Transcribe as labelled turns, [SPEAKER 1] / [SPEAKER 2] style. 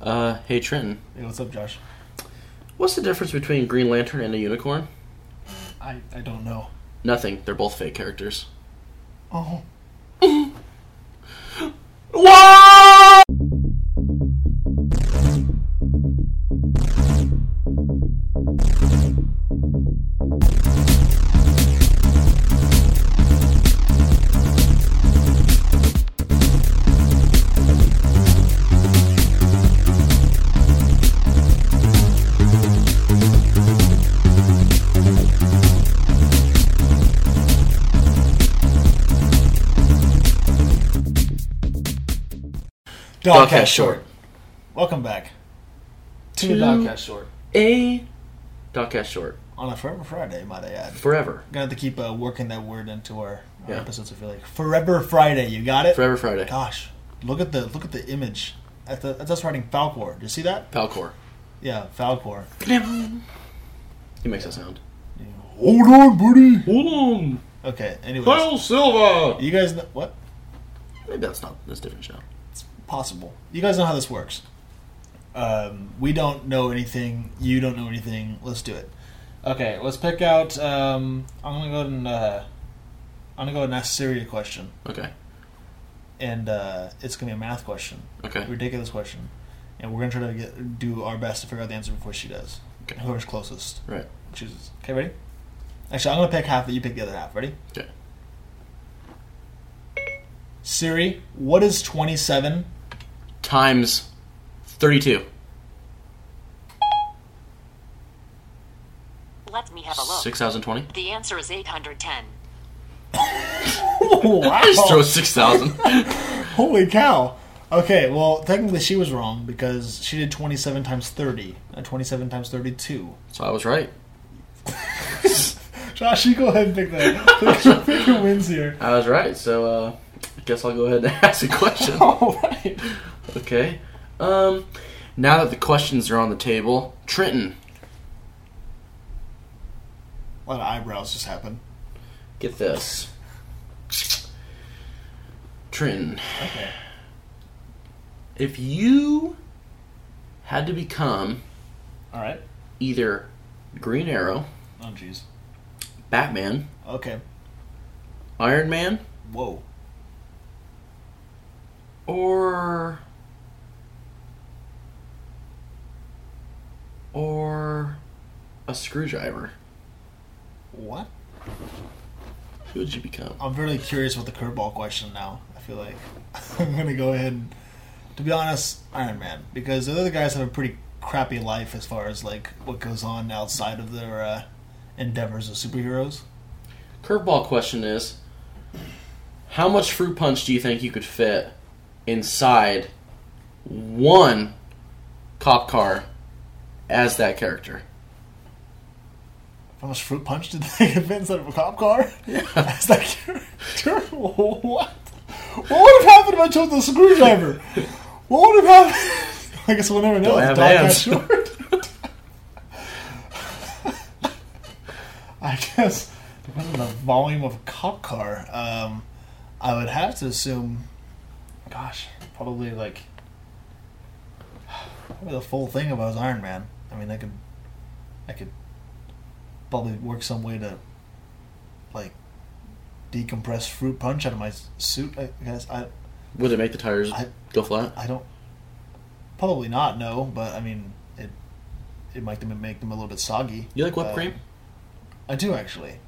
[SPEAKER 1] Uh, hey Trenton,
[SPEAKER 2] Hey, what's up, Josh?
[SPEAKER 1] what's the difference between Green Lantern and a unicorn?
[SPEAKER 2] I, I don't know.
[SPEAKER 1] Nothing. They're both fake characters.
[SPEAKER 2] Oh.
[SPEAKER 1] Whoa! Dogcast Short.
[SPEAKER 2] Welcome back to,
[SPEAKER 1] To-
[SPEAKER 2] Dogcast Short
[SPEAKER 1] A Dogcast Short.
[SPEAKER 2] on a Forever Friday, might I add.
[SPEAKER 1] Forever.
[SPEAKER 2] Gonna have to keep uh, working that word into our, our
[SPEAKER 1] Yeah.
[SPEAKER 2] episodes. I feel like Forever Friday. You got it.
[SPEAKER 1] Forever Friday.
[SPEAKER 2] Gosh, look at the look at the image. That's, the, that's us writing Falcor. Do you see that?
[SPEAKER 1] Palcor.
[SPEAKER 2] Yeah, Falcor.
[SPEAKER 1] He makes that sound.
[SPEAKER 2] Hold on, buddy.
[SPEAKER 1] Hold on,
[SPEAKER 2] Okay. Anyways,
[SPEAKER 1] Silva.
[SPEAKER 2] you guys know what?
[SPEAKER 1] Maybe that's not that's different show.
[SPEAKER 2] possible. You guys know how this works. Um, we don't know anything. You don't know anything. Let's do it. Okay, let's pick out. Um, I'm gonna go ahead and uh, I'm gonna go ahead and ask Siri a question,
[SPEAKER 1] Okay.
[SPEAKER 2] and uh, it's gonna be a math question,
[SPEAKER 1] Okay.
[SPEAKER 2] a ridiculous question, and we're gonna try to get, do our best to figure out the answer before she does.
[SPEAKER 1] Okay.
[SPEAKER 2] Whoever's closest
[SPEAKER 1] Right.
[SPEAKER 2] chooses. Okay, ready? Actually, I'm gonna pick half, but you pick the other half. Ready?
[SPEAKER 1] Okay.
[SPEAKER 2] Siri, what is 27?
[SPEAKER 1] Times thirty-two.
[SPEAKER 3] Let me have a look.
[SPEAKER 1] Six thousand twenty.
[SPEAKER 3] The answer is 810.
[SPEAKER 2] Oh, wow.
[SPEAKER 1] Just throw six thousand.
[SPEAKER 2] Holy cow. Okay, well, technically she was wrong because she did 27 times 30, not 27 times 32.
[SPEAKER 1] so I was right.
[SPEAKER 2] Josh, you go ahead and pick that. pick who wins here.
[SPEAKER 1] I was right. So uh, I guess I'll go ahead and ask a question.
[SPEAKER 2] Alright.
[SPEAKER 1] Okay. Um, now that the questions are on the table, Trenton,
[SPEAKER 2] A lot of eyebrows just happened.
[SPEAKER 1] get this. Trenton,
[SPEAKER 2] Okay.
[SPEAKER 1] if you had to become
[SPEAKER 2] Alright.
[SPEAKER 1] either Green Arrow,
[SPEAKER 2] Oh, jeez.
[SPEAKER 1] Batman,
[SPEAKER 2] Okay.
[SPEAKER 1] Iron Man,
[SPEAKER 2] Whoa.
[SPEAKER 1] or or a screwdriver,
[SPEAKER 2] What?
[SPEAKER 1] who would you become?
[SPEAKER 2] I'm really curious about the curveball question now. I feel like I'm gonna go ahead and, to be honest, Iron Man, because the other guys have a pretty crappy life as far as like what goes on outside of their uh, endeavors as superheroes.
[SPEAKER 1] Curveball question is How much fruit punch do you think you could fit inside one cop car as that character?
[SPEAKER 2] How much fruit punch did they get inside of a cop car? That's that character. What? What would have happened if I chose the screwdriver? What would have happened? I guess we'll never know.
[SPEAKER 1] Don't have
[SPEAKER 2] The dog got
[SPEAKER 1] hands.
[SPEAKER 2] short. I guess depending on the volume of a cop car, um, I would have to assume. Gosh, probably like probably the full thing if I was Iron Man. I mean, I could, I could probably work some way to like decompress fruit punch out of my s- suit. I guess I
[SPEAKER 1] Would it make the tires
[SPEAKER 2] I-
[SPEAKER 1] go flat?
[SPEAKER 2] I don't probably not no, but I mean it it might them make them a little bit soggy.
[SPEAKER 1] You like whipped
[SPEAKER 2] Uh,
[SPEAKER 1] cream?
[SPEAKER 2] I do actually.